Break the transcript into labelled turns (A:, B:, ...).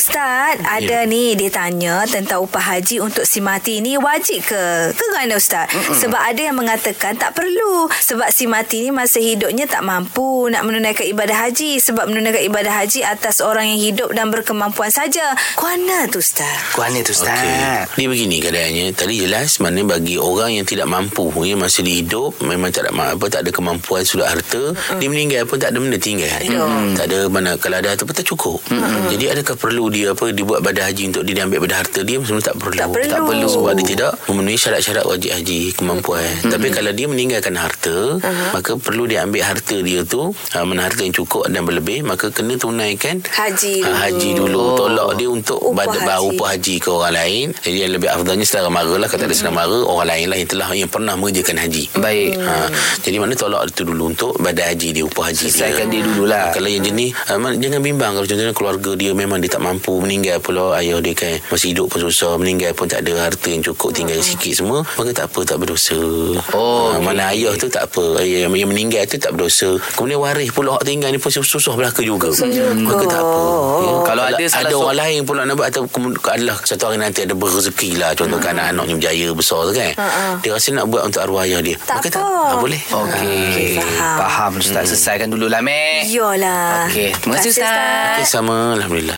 A: Ustaz, ada
B: Ya.
A: ni dia tanya tentang upah haji untuk si mati ni wajib ke? Ke kerana Ustaz? Mm-mm. Sebab ada yang mengatakan tak perlu. Sebab si mati ni masa hidupnya tak mampu nak menunaikan ibadah haji. Sebab menunaikan ibadah haji atas orang yang hidup dan berkemampuan saja. Kuana tu Ustaz?
C: Kuana tu Ustaz
A: Ah.
C: okay.
B: Dia begini keadaannya. Tadi jelas mana bagi orang yang tidak mampu ya masa dia hidup memang tak ada ma- apa tak ada kemampuan sudah harta, mm. dia meninggal pun tak ada benda tinggal.
A: Ya.
B: Mm. Tak ada mana kalau ada harta pun tak cukup. Mm. Jadi adakah perlu dia apa dibuat badan haji untuk dia ambil badan harta dia sebenarnya tak perlu.
A: Tak perlu.
B: tak perlu sebab dia tidak memenuhi syarat-syarat wajib haji kemampuan. Mm. Tapi kalau dia meninggalkan harta, uh-huh. maka perlu dia ambil harta dia tu, ah, mana harta yang cukup dan berlebih maka kena tunaikan
A: Haji
B: Ah,
A: dulu.
B: haji dulu oh. tolak dia untuk
A: Upah
B: upah, haji.
A: haji.
B: upah haji ke orang lain jadi yang lebih afdalnya saudara mara lah kalau tak ada saudara mara orang lain lah yang telah yang pernah mengerjakan haji
C: Mm-hmm. Baik
B: ha, jadi mana tolak itu dulu untuk badan haji dia upah haji
C: Selesaikan
B: dia
C: dia dululah.
B: Ha, kalau yang jenis ah, mana- jangan bimbang kalau contohnya keluarga dia memang dia tak mampu meninggal pula ayah dia kan masih hidup pun susah meninggal pun tak ada harta yang cukup tinggal sikit semua maka tak apa tak berdosa
C: Mm-hmm. Oh,
B: Ah,
C: okey.
B: mana ayah tu tak apa ayah yang, yang meninggal tu tak berdosa kemudian waris pula hak tinggal ni pun susah belaka juga maka tak apa ya,
C: Oh. Kalau ada salah
B: ada
C: seorang-
B: orang lain pula nak buat atau kemun- adalah satu hari nanti ada berrezeki lah contoh hmm. anak-anaknya berjaya besar tu kan dia rasa nak buat untuk arwah ayah dia
A: Ha, Tak
B: Maka
A: apa. Oh.
B: ah, boleh
C: Okey Hmm.
A: Faham.
C: Faham Ustaz Selesaikan dululah Mek
A: Yolah.
C: Okey, terima kasih, Ustaz.
B: okay, sama Alhamdulillah